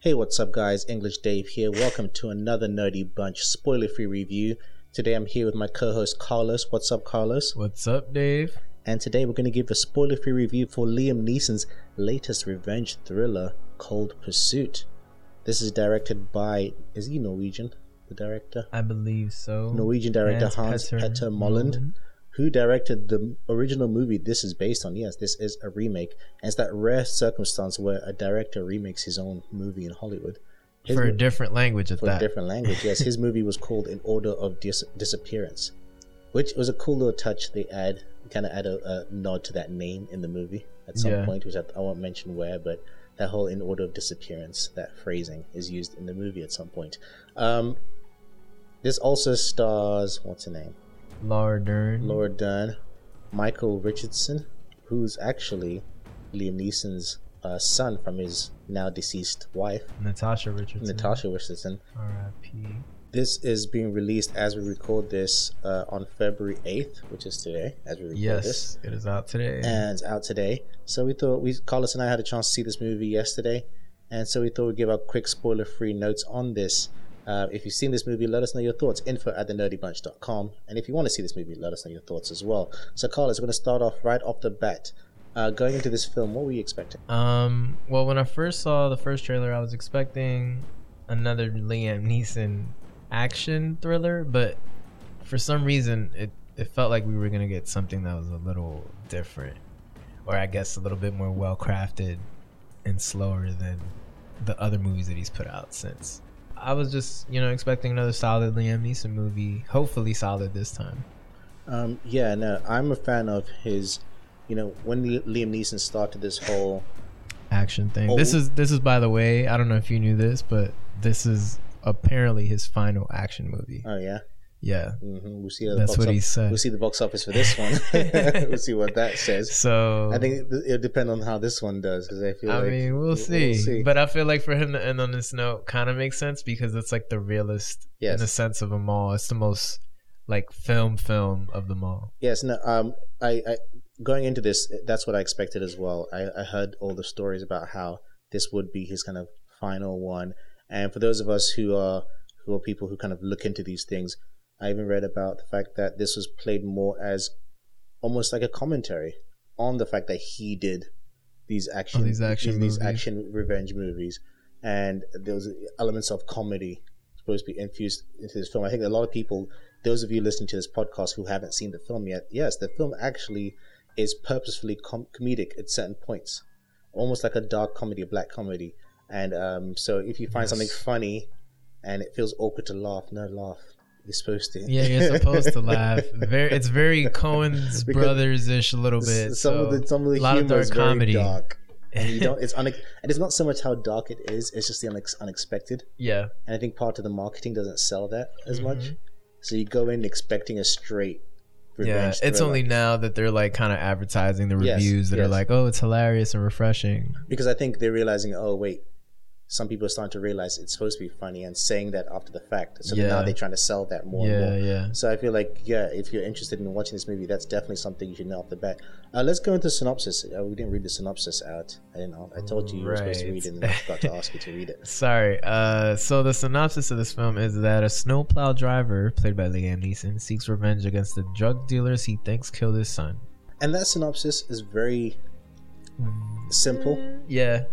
Hey, what's up, guys? English Dave here. Welcome to another Nerdy Bunch spoiler free review. Today I'm here with my co host Carlos. What's up, Carlos? What's up, Dave? And today we're going to give a spoiler free review for Liam Neeson's latest revenge thriller, Cold Pursuit. This is directed by, is he Norwegian? The director? I believe so. Norwegian director Hans Petter, Molland, who directed the original movie this is based on. Yes, this is a remake. And it's that rare circumstance where a director remakes his own movie in Hollywood. His for a mo- different language at for that. a different language. Yes, his movie was called In Order of Dis- Disappearance, which was a cool little touch they add, kind of add a, a nod to that name in the movie at some Yeah. point, which I, I won't mention where, but that whole In Order of Disappearance, that phrasing is used in the movie at some point. Um, this also stars, what's her name? Laura Dern. Laura Dern, Michael Richardson, who's actually Liam Neeson's uh, son from his now deceased wife, Natasha Richardson. Natasha Richardson. R.I.P. This is being released as we record this uh, on February 8th, which is today, as we record this. Yes, it is out today. And it's out today. So we thought, we Carlos and I had a chance to see this movie yesterday. And so we thought we'd give our quick spoiler free notes on this. Uh, if you've seen this movie, let us know your thoughts. Info at thenerdybunch.com. And if you want to see this movie, let us know your thoughts as well. So, Carlos, we're going to start off right off the bat. Uh, going into this film, what were you expecting? Um, well, when I first saw the first trailer, I was expecting another Liam Neeson action thriller, but for some reason, it, it felt like we were going to get something that was a little different, or I guess a little bit more well crafted and slower than the other movies that he's put out since. I was just, you know, expecting another solid Liam Neeson movie, hopefully solid this time. Um, yeah, no, I'm a fan of his. You know, when Liam Neeson started this whole action thing. This Oh. is this is by the way, I don't know if you knew this, but this is apparently his final action movie. Oh yeah, Yeah. hmm we'll see. how the That's box what office- he said. We'll see the box office for this one. we'll see what that says. So I think it- it'll depend on how this one does because I feel I like mean, we'll, we'll see. see. But I feel like for him to end on this note kind of makes sense because it's like the realest in yes, the sense of them all. It's the most like film film of them all. yes. No, um, I, I going into this, that's what I expected as well. I, I heard all the stories about how this would be his kind of final one, and for those of us who are who are people who kind of look into these things, I even read about the fact that this was played more as almost like a commentary on the fact that he did these action Oh, these action these, movies. action revenge movies, and there was elements of comedy supposed to be infused into this film. I think a lot of people, those of you listening to this podcast who haven't seen the film yet, yes, the film actually is purposefully com- comedic at certain points, almost like a dark comedy, a black comedy. And um, so, if you find Yes. something funny and it feels awkward to laugh, no laugh. You're supposed to. Yeah, you're supposed to laugh. Very, it's very Cohen's Because brothers ish a little S- bit. Some so. of the some of the a lot of humor is dark very comedy. dark, and you don't. It's unex- and it's not so much how dark it is. It's just the unex- unexpected, yeah. and I think part of the marketing doesn't sell that as much. Mhm. So you go in expecting a straight. Yeah, Revenge it's thriller. only now that they're like kind of advertising the Yes, reviews that yes. are like, oh, it's hilarious and refreshing. because I think they're realizing. Oh wait, some people are starting to realize it's supposed to be funny and saying that after the fact. So now Yeah. they're trying to sell that more and more. yeah, yeah. So I feel like, yeah, if you're interested in watching this movie, that's definitely something you should know off the bat. Uh, let's go into synopsis. Uh, we didn't read the synopsis out. I didn't. I told you you were supposed to Right. read it, and I forgot to ask you to read it. Sorry. Uh, so the synopsis of this film is that a snowplow driver, played by Liam Neeson, seeks revenge against the drug dealers he thinks killed his son. And that synopsis is very simple, Yeah,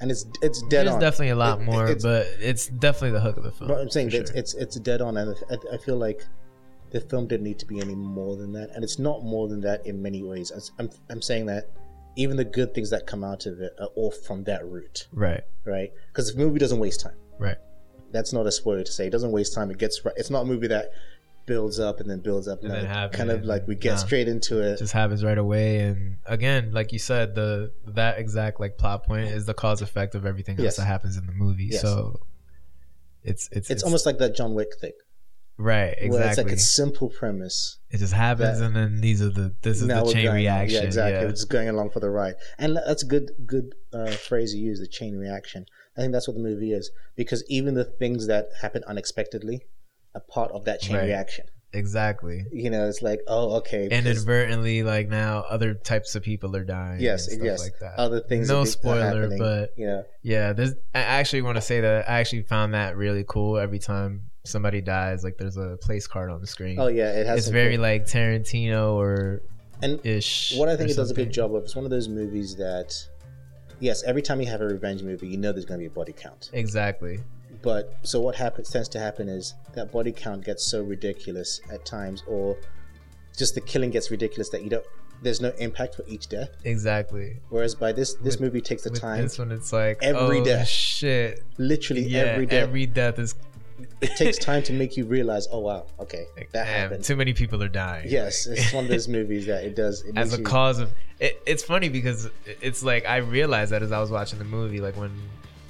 and it's it's Mm. dead there's on. definitely a lot It- more, it's- but it's definitely the hook of the film. But I'm saying for that sure. it's it's dead on, and I, I feel like the film didn't need to be any more than that, and it's not more than that in many ways. I'm- I'm I'm saying that even the good things that come out of it are all from that route. right. right? Because the movie doesn't waste time. Right. That's not a spoiler to say. It doesn't waste time. It gets right. It's not a movie that builds up and then builds up. And then it happens. kind of like we get Nah. straight into It it. just happens right away, and again, like you said, the that exact like plot point is the cause effect of everything Yes. else that happens in the movie. Yes. So it's it's It's, almost like that John Wick thing, where Right, it's exactly. like a simple premise. it just happens, that- and then these are the this is Now the we're chain going- reaction. Yeah, exactly. It's going along for the ride, and that's a good good uh, phrase you use. The chain reaction. I think that's what the movie is because even the things that happen unexpectedly are part of that chain Right. reaction. exactly. You know, it's like, oh, okay. because Inadvertently, like now, other types of people are dying. Yes, and stuff yes. Uh, Like that. other things. no are be- are spoiler, happening, but- you know, Yeah, there's. I actually want to say that I actually found that really cool. Every time somebody dies, like there's a place card on the screen. oh yeah, it has. it's some very cool- like Tarantino or And ish. what I or think it does a something. good job of. It's one of those movies that, yes, every time you have a revenge movie, you know there's going to be a body count. Exactly. But so what happens tends to happen is that body count gets so ridiculous at times, or just the killing gets ridiculous that you don't. There's no impact for each death. Exactly. Whereas by this, this With- movie takes the With time, this one, it's like Every oh, death. Shit. literally Yeah. every Every death. death, is. it takes time to make you realize, oh wow, okay, Like, that damn, happened. Too many people are dying. Yes, it's one of those movies that it does. It as a makes you- cause of it, it's funny because it- it's like I realized that as I was watching the movie, like when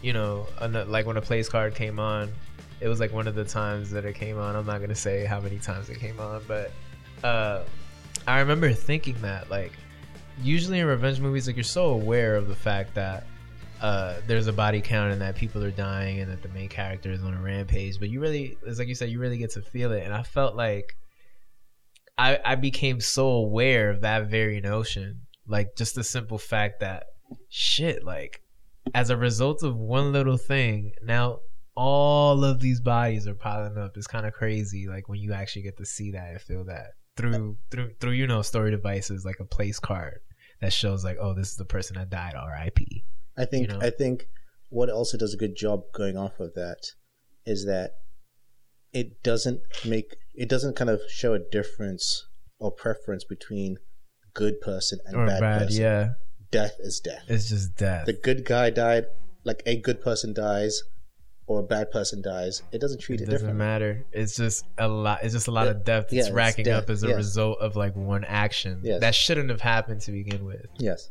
you know, an- like when a place card came on, it was like one of the times that it came on. I'm not gonna say how many times it came on, but uh, I remember thinking that like usually in revenge movies, like you're so aware of the fact that. Uh, there's a body count and that people are dying and that the main character is on a rampage but you really it's like you said you really get to feel it and i felt like I, I became so aware of that very notion. Like just the simple fact that shit, like as a result of one little thing, now all of these bodies are piling up. It's kind of crazy, like when you actually get to see that and feel that through through through you know story devices like a place card that shows like oh this is the person that died R.I.P. I think know? I think what also does a good job going off of that is that it doesn't make it doesn't kind of show a difference or preference between good person and or bad, bad. person. Yeah, Death is death. it's just death. The good guy died, like a good person dies, or a bad person dies. It doesn't treat it it, doesn't differently. matter. It's just a lot. It's just a lot Yeah. of depth. Yeah, It's it's racking up depth, as a yes. result of like one action Yes. that shouldn't have happened to begin with. Yes,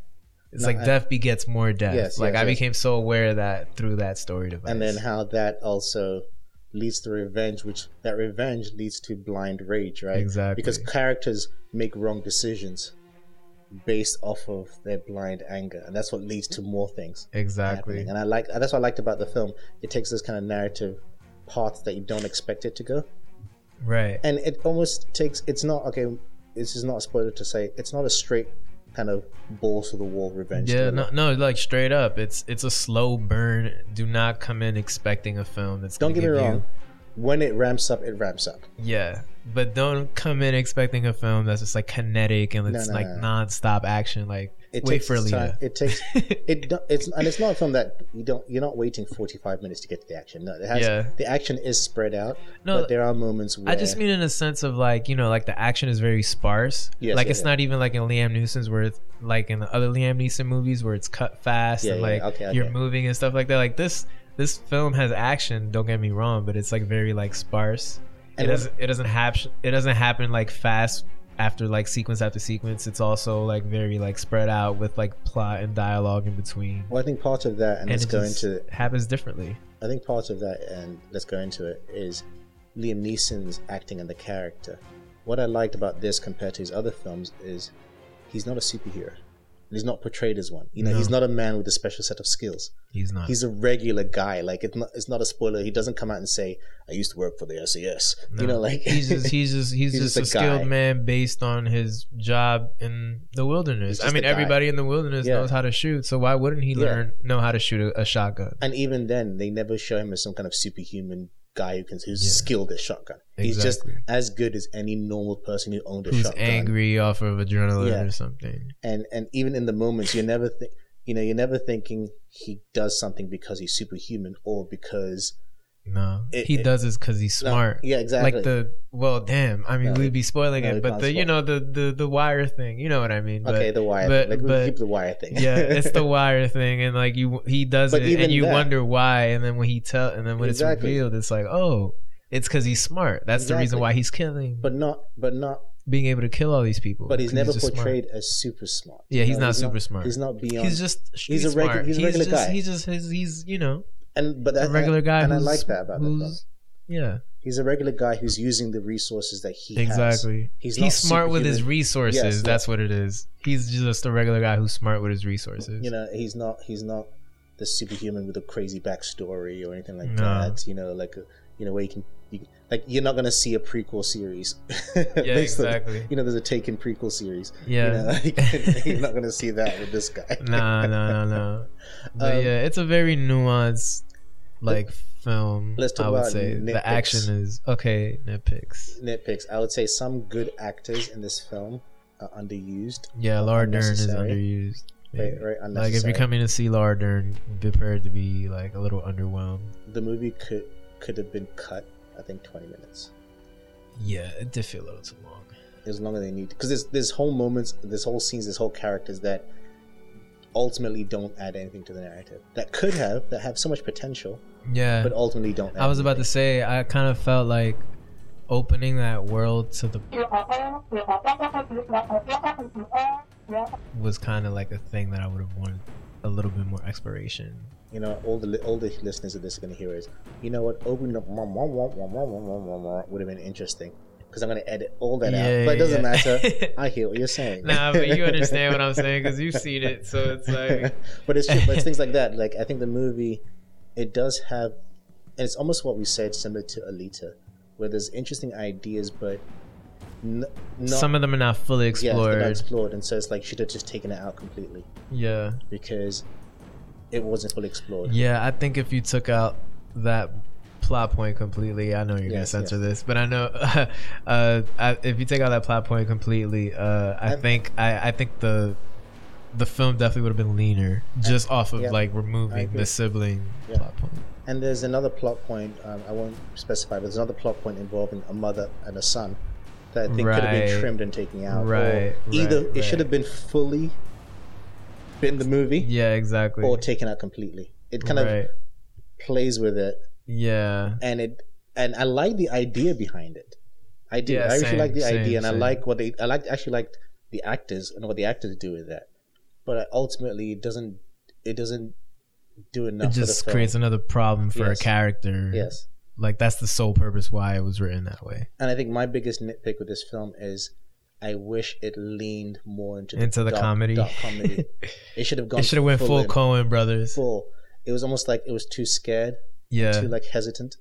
It's No, like I- death begets more death. Yes, like yes, I yes. became so aware of that through that story device. and then how that also leads to revenge, which that revenge leads to blind rage, right? exactly because characters make wrong decisions based off of their blind anger and that's what leads to more things exactly happening and i like that's what i liked about the film it takes this kind of narrative path that you don't expect it to go right and it almost takes it's not okay this is not a spoiler to say it's not a straight kind of balls to the wall revenge yeah thriller. no no like straight up it's it's a slow burn do not come in expecting a film that's don't gonna get me give you- wrong when it ramps up it ramps up yeah but don't come in expecting a film that's just like kinetic and No, it's no, like no, no. non-stop action like it Wait takes for its time Alita. it takes it do- it's and it's not a film that you don't you're not waiting 45 minutes to get to the action no it has yeah the action is spread out no but there are moments where I just mean in a sense of like you know like the action is very sparse. Yes, like yeah, it's yeah. not even like in Liam Neeson's where it's like in the other Liam Neeson movies where it's cut fast Yeah, and yeah, like yeah, okay, you're okay. moving and stuff like that. Like this this film has action. Don't get me wrong, but it's like very like sparse. And it what- doesn't it doesn't happen it doesn't happen like fast after like sequence after sequence. It's also like very like spread out with like plot and dialogue in between. well, I think part of that, and, let's it go just into. happens differently. I think part of that, and let's go into it, is Liam Neeson's acting and the character. What I liked about this compared to his other films is he's not a superhero. And he's not portrayed as one. You know, No. he's not a man with a special set of skills. He's not. He's a regular guy. Like it's not. It's not a spoiler. He doesn't come out and say, "I used to work for the SAS." You No. know, like he's just he's just he's, He's just, just a, a skilled guy. man based on his job in the wilderness. He's I just mean, a guy. everybody in the wilderness Yeah. knows how to shoot, so why wouldn't he Yeah. learn know how to shoot a, a shotgun? And even then, they never show him as some kind of superhuman guy who can who's Yeah. skilled at shotgun. He's just Exactly. as good as any normal person who owned a Who's shotgun. angry off of adrenaline Yeah. or something? And and even in the moments, you're never th- you know you're never thinking he does something because he's superhuman or because No, It- he it- does this because he's No, smart. yeah, exactly. Like the well, damn. I mean, No, we'd be spoiling no, we it, but can't the you spoil. know the the the wire thing. You know what I mean? But, okay, the wire. but- thing. Like but- we keep the wire thing. yeah, it's the wire thing, and like you, he does But it, and even you that- wonder why, and then when he tell, and then when Exactly. it's revealed, it's like, oh, it's because he's smart. That's the reason Exactly. why he's killing, but not but not being able to kill all these people. but he's 'cause never just smart. portrayed as super smart. Yeah, You he's know, not super smart. He's not beyond. He's just He's he's a a regu- regular. he's He's, a regular just, guy. He's just his. He's you know and but a that, regular guy. And I who's- like that about him. who's- Yeah, He's a regular guy who's using the resources that he has. exactly. He's He's, not smart with his superhuman. resources. Yes, That's what it is. He's just a regular guy who's smart with his resources. you know he's not he's not the superhuman with a crazy backstory or anything like No. that you know like you know, where you can, you, can- like, you're not gonna see a prequel series. Yeah, exactly. You know, there's a Taken prequel series. You know, Yeah. like, you're not gonna see that with this guy. nah, nah, nah, nah. But Um, yeah, it's a very nuanced like film. let's talk I would about say nitpicks. the action is okay. Nitpicks. Nitpicks. I would say some good actors in this film are underused. Yeah, Laura Dern is Unnecessary. underused. Right, right. Yeah. Like if Unnecessary. you're coming to see Laura Dern, be prepared to be like a little underwhelmed. the movie could could have been cut. I think 20 minutes. Yeah, it did feel a little too long. as long as they need because there's there's whole moments there's whole scenes there's whole characters that ultimately don't add anything to the narrative that could have that have so much potential Yeah, but ultimately don't add I was about to anything. say I kind of felt like opening that world to the was kind of like a thing that I would have wanted a little bit more exploration. you know all the li- all the listeners of this are going to hear is you know what opening up wah, wah, wah, wah, wah, wah, wah, wah, wah, would have been interesting because i'm going to edit all that out but it doesn't matter i hear what you're saying nah, but you understand what I'm saying because you've seen it, so it's like but it's true. But it's things like that. Like I think the movie, it does have, and it's almost what we said similar to Alita, where there's interesting ideas, but n- not some of them are not yeah, fully they're explored. not explored. And so it's like should have just taken it out completely yeah. because it wasn't fully explored. Yeah, I think if you took out that plot point completely, I know you're gonna Yes, censor this, but I know uh, I, if you take out that plot point completely, uh, I And- think I, I think the the film definitely would have been leaner just off of yeah, like I removing agree. the sibling Yeah. plot point. And there's another plot point. Um, I won't specify, but there's another plot point involving a mother and a son that I think could have Right. been trimmed and taken out. or Right, Either it right, right. should have been fully in the movie. Yeah, exactly. or taken out completely. It kind of Right. plays with it, yeah, and it and I like the idea behind it. I do. Yeah, I actually same, like the same, idea, and I same. like what they. I like actually like the actors and what the actors do with that. But I- ultimately, it doesn't. It doesn't do enough. it just for the film. creates another problem for Yes. a character. Yes, like that's the sole purpose why it was written that way and I think my biggest nitpick with this film is. I wish it leaned more into the, into the dark- comedy. dark comedy. It should have gone. it should have went full in, Cohen brothers. full. It was almost like it was too scared. yeah, too like hesitant.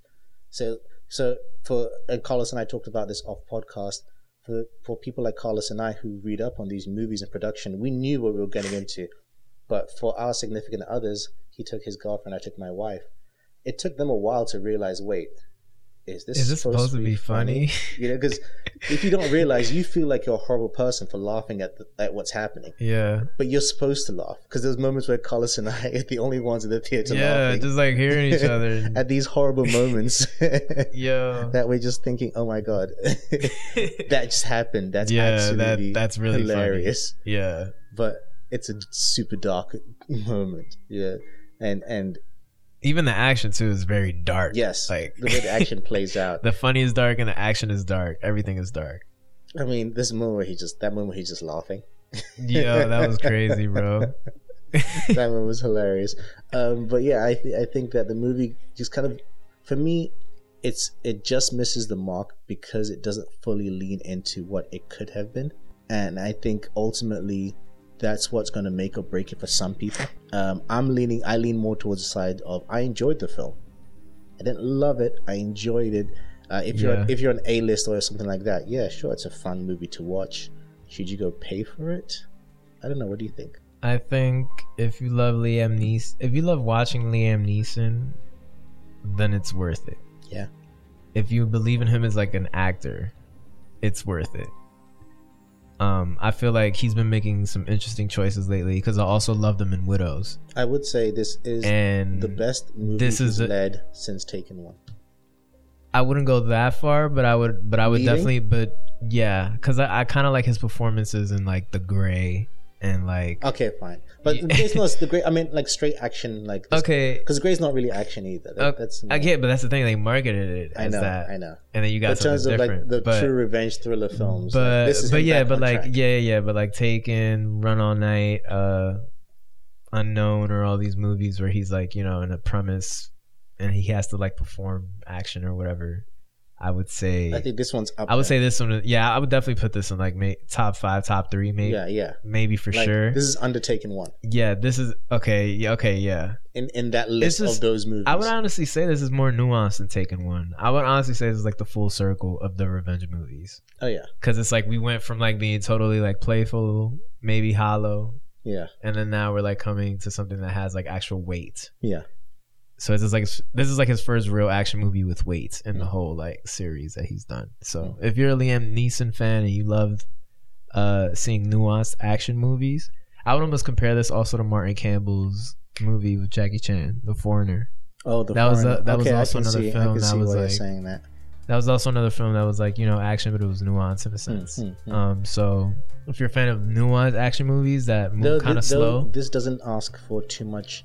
So so for and Carlos and I talked about this off podcast. For for people like Carlos and I who read up on these movies and production, we knew what we were getting into. But for our significant others, he took his girlfriend, I took my wife. It took them a while to realize. Wait, is this is this supposed, to be funny? You know, because if you don't realize, you feel like you're a horrible person for laughing at the, at what's happening. yeah, But you're supposed to laugh because there's moments where Carlos and I are the only ones in the theater yeah, laughing just like hearing each other. at these horrible moments. Yo, that we're just thinking, oh my god, that just happened. That's yeah, that absolutely that's really hilarious. hilarious. Yeah, But it's a super dark moment. Yeah, and and even the action too is very dark. yes, like the way the action plays out. the funny is dark and the action is dark. Everything is dark. I mean, this moment where he just that moment where he's just laughing. Yo, that was crazy, bro. that one was hilarious. Um, but yeah, I th- I think that the movie just kind of, for me, it's it just misses the mark because it doesn't fully lean into what it could have been, and I think ultimately that's what's going to make or break it for some people. Um, I'm leaning, I lean more towards the side of I enjoyed the film. I didn't love it. I enjoyed it. Uh, if you're Yeah. if you're an A list or something like that, yeah, sure, it's a fun movie to watch. Should you go pay for it? I don't know. What do you think? I think if you love Liam Neeson, if you love watching Liam Neeson, then it's worth it. Yeah. If you believe in him as like an actor, it's worth it. Um, I feel like he's been making some interesting choices lately because I also loved him in Widows I would say this is and the best movie This is he's the- led since Taken One. I wouldn't go that far, but I would, but I would Leading? definitely, but yeah, because I, I kind of like his performances in like The Gray and like Okay, fine, but Yeah. it's not the great. I mean, like straight action, like okay, because Grey's not really action either. That, Okay, that's I get, but that's the thing they marketed it I as know, that, I know. and then you got In terms something of like different. the but true revenge thriller films, like, but this is but him yeah, back but on like track. yeah, yeah, but like Taken, Run All Night, uh, Unknown, or all these movies where he's like you know in a premise, and he has to like perform action or whatever. I would say I think this one's up. I would there. say this one. is- Yeah, I would definitely put this in like may, top five, top three, maybe, yeah, yeah, maybe for Like, sure. This is Undertaken one yeah, this is okay. Yeah, okay, yeah. in in that list just- of those movies. I would honestly say this is more nuanced than Taken One. I would honestly say this is like the full circle of the revenge movies oh yeah, because it's like we went from like being totally like playful, maybe hollow, yeah, and then now we're like coming to something that has like actual weight. Yeah. So this is like this is like his first real action movie with weight in the Mm. whole like series that he's done. So Mm-hmm. if you're a Liam Neeson fan and you love uh, seeing nuanced action movies, I would almost compare this also to Martin Campbell's movie with Jackie Chan, The Foreigner. Oh, the That was Foreigner. a- that was okay, I also can another see, I film can that see was why you're like- saying that. That was also another film that was like you know action, but it was nuanced in a sense. Mm, mm, mm. Um, so if you're a fan of nuanced action movies that move Though- kind though- of slow, This doesn't ask for too much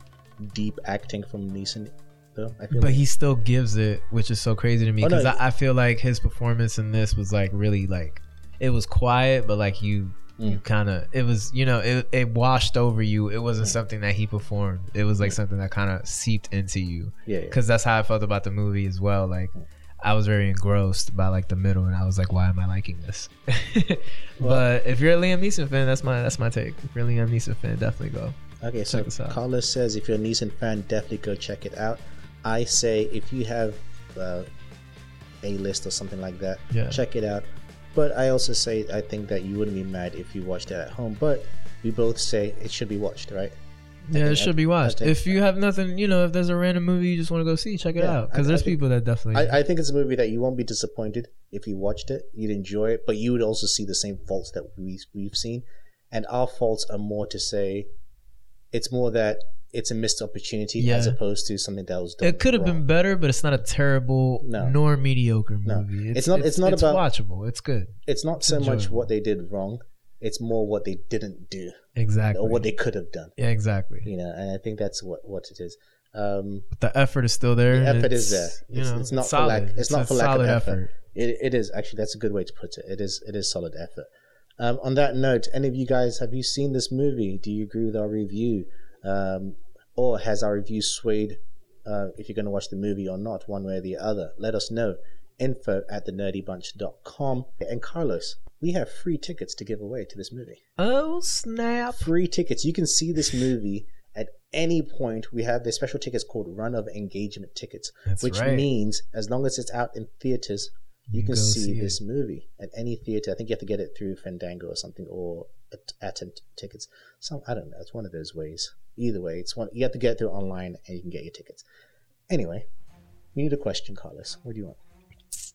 deep acting from Neeson, though. I feel But like. he still gives it, which is so crazy to me Oh, no, because he- I, I feel like his performance in this was like really like it was quiet, but like you you Mm. kind of it was you know it it washed over you. It wasn't Mm. something that he performed. It was like Mm. something that kind of seeped into you yeah, yeah. because that's how I felt about the movie as well. Like Mm. I was very engrossed by like the middle, and I was like, why am I liking this? Well- but if you're a Liam Neeson fan, that's my that's my take. If you're a Liam Neeson fan, definitely go. Okay, so Check this out. Carlos says if you're a Neeson fan, definitely go check it out. I say if you have uh, a list or something like that, Yeah. check it out. But I also say I think that you wouldn't be mad if you watched it at home. But we both say it should be watched, right? Yeah, it think- should be watched. think- If you have nothing, you know, if there's a random movie you just want to go see, check it Yeah, out. I- Because I there's think- people that definitely. I, I think it's a movie that you won't be disappointed if you watched it. You'd enjoy it, but you would also see the same faults that we we've seen, and our faults are more to say, it's more that it's a missed opportunity as Yeah. opposed to something that was done. it could have wrong. been better, but it's not a terrible No. nor mediocre No. movie. It's not- it's not about- watchable. It's good. It's not it's so much enjoyable. what they did wrong; it's more what they didn't do Exactly. or what they could have done. yeah, exactly. You know, and I think that's what what it is. Um, But the effort is still there. The and effort is it's, there. You It's- know, it's not for solid. lack- it's not a for lack of solid effort. It, it is actually that's a good way to put it. It is it is solid effort. Um, on that note, any of you guys have you seen this movie? Do you agree with our review, um, or has our review swayed uh, if you're going to watch the movie or not, one way or the other? Let us know. Info at thenerdybunch.com. And Carlos, we have free tickets to give away to this movie. Oh snap! Free tickets. You can see this movie at any point. We have the special tickets called run of engagement tickets, That's which right. means as long as it's out in theaters you can go see, it. this movie at any theater. I think you have to get it through Fandango or something, or at Atom tickets. Some I don't know. It's one of those ways. Either way, it's one. You have to get it through online, and you can get your tickets. Anyway, we need a question, Carlos. What do you want?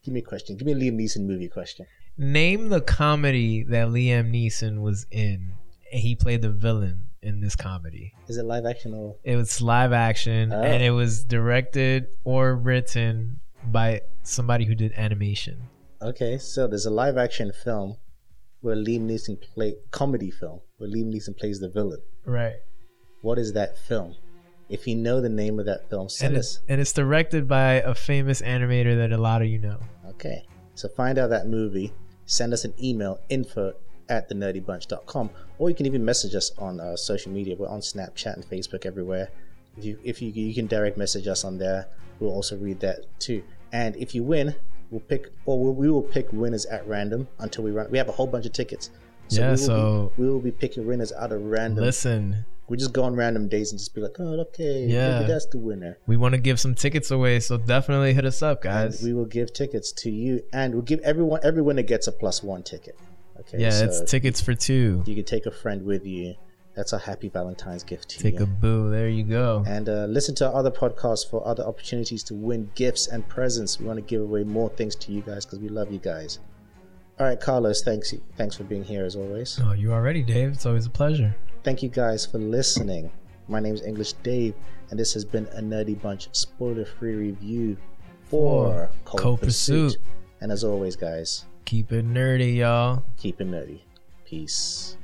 Give me a question. Give me a Liam Neeson movie question. Name the comedy that Liam Neeson was in, and he played the villain in this comedy. Is it live action or? It was live action, Oh. and it was directed or written by somebody who did animation. Okay, so there's a live action film where Liam Neeson play comedy film where Liam Neeson plays the villain. Right. What is that film? If you know the name of that film, send And us. it's, and it's directed by a famous animator that a lot of you know. Okay. So find out that movie. Send us an email, info at thenerdybunch.com. Or you can even message us on uh, social media. We're on Snapchat and Facebook everywhere. If you, if you, you can direct message us on there, we'll also read that too. And if you win, we'll pick, or we'll, we will pick winners at random until we run. We have a whole bunch of tickets. Yeah, we will so- Be, we will be picking winners out of random. Listen, We just go on random days and just be like, oh, okay, Yeah. maybe that's the winner. we want to give some tickets away, so definitely hit us up, and guys. we will give tickets to you and we'll give everyone every winner gets a plus one ticket okay yeah, so it's tickets for two. you can take a friend with you that's a happy valentine's gift to Take a you boo. There you go. and uh, listen to our other podcasts for other opportunities to win gifts and presents we want to give away more things to you guys because we love you guys all right carlos thanks you thanks for being here as always Oh, you already, Dave. It's always a pleasure. thank you guys for listening my name is english dave and this has been a nerdy bunch spoiler free review for For Cold Pursuit. and as always guys Keep it nerdy, y'all. keep it nerdy. Peace.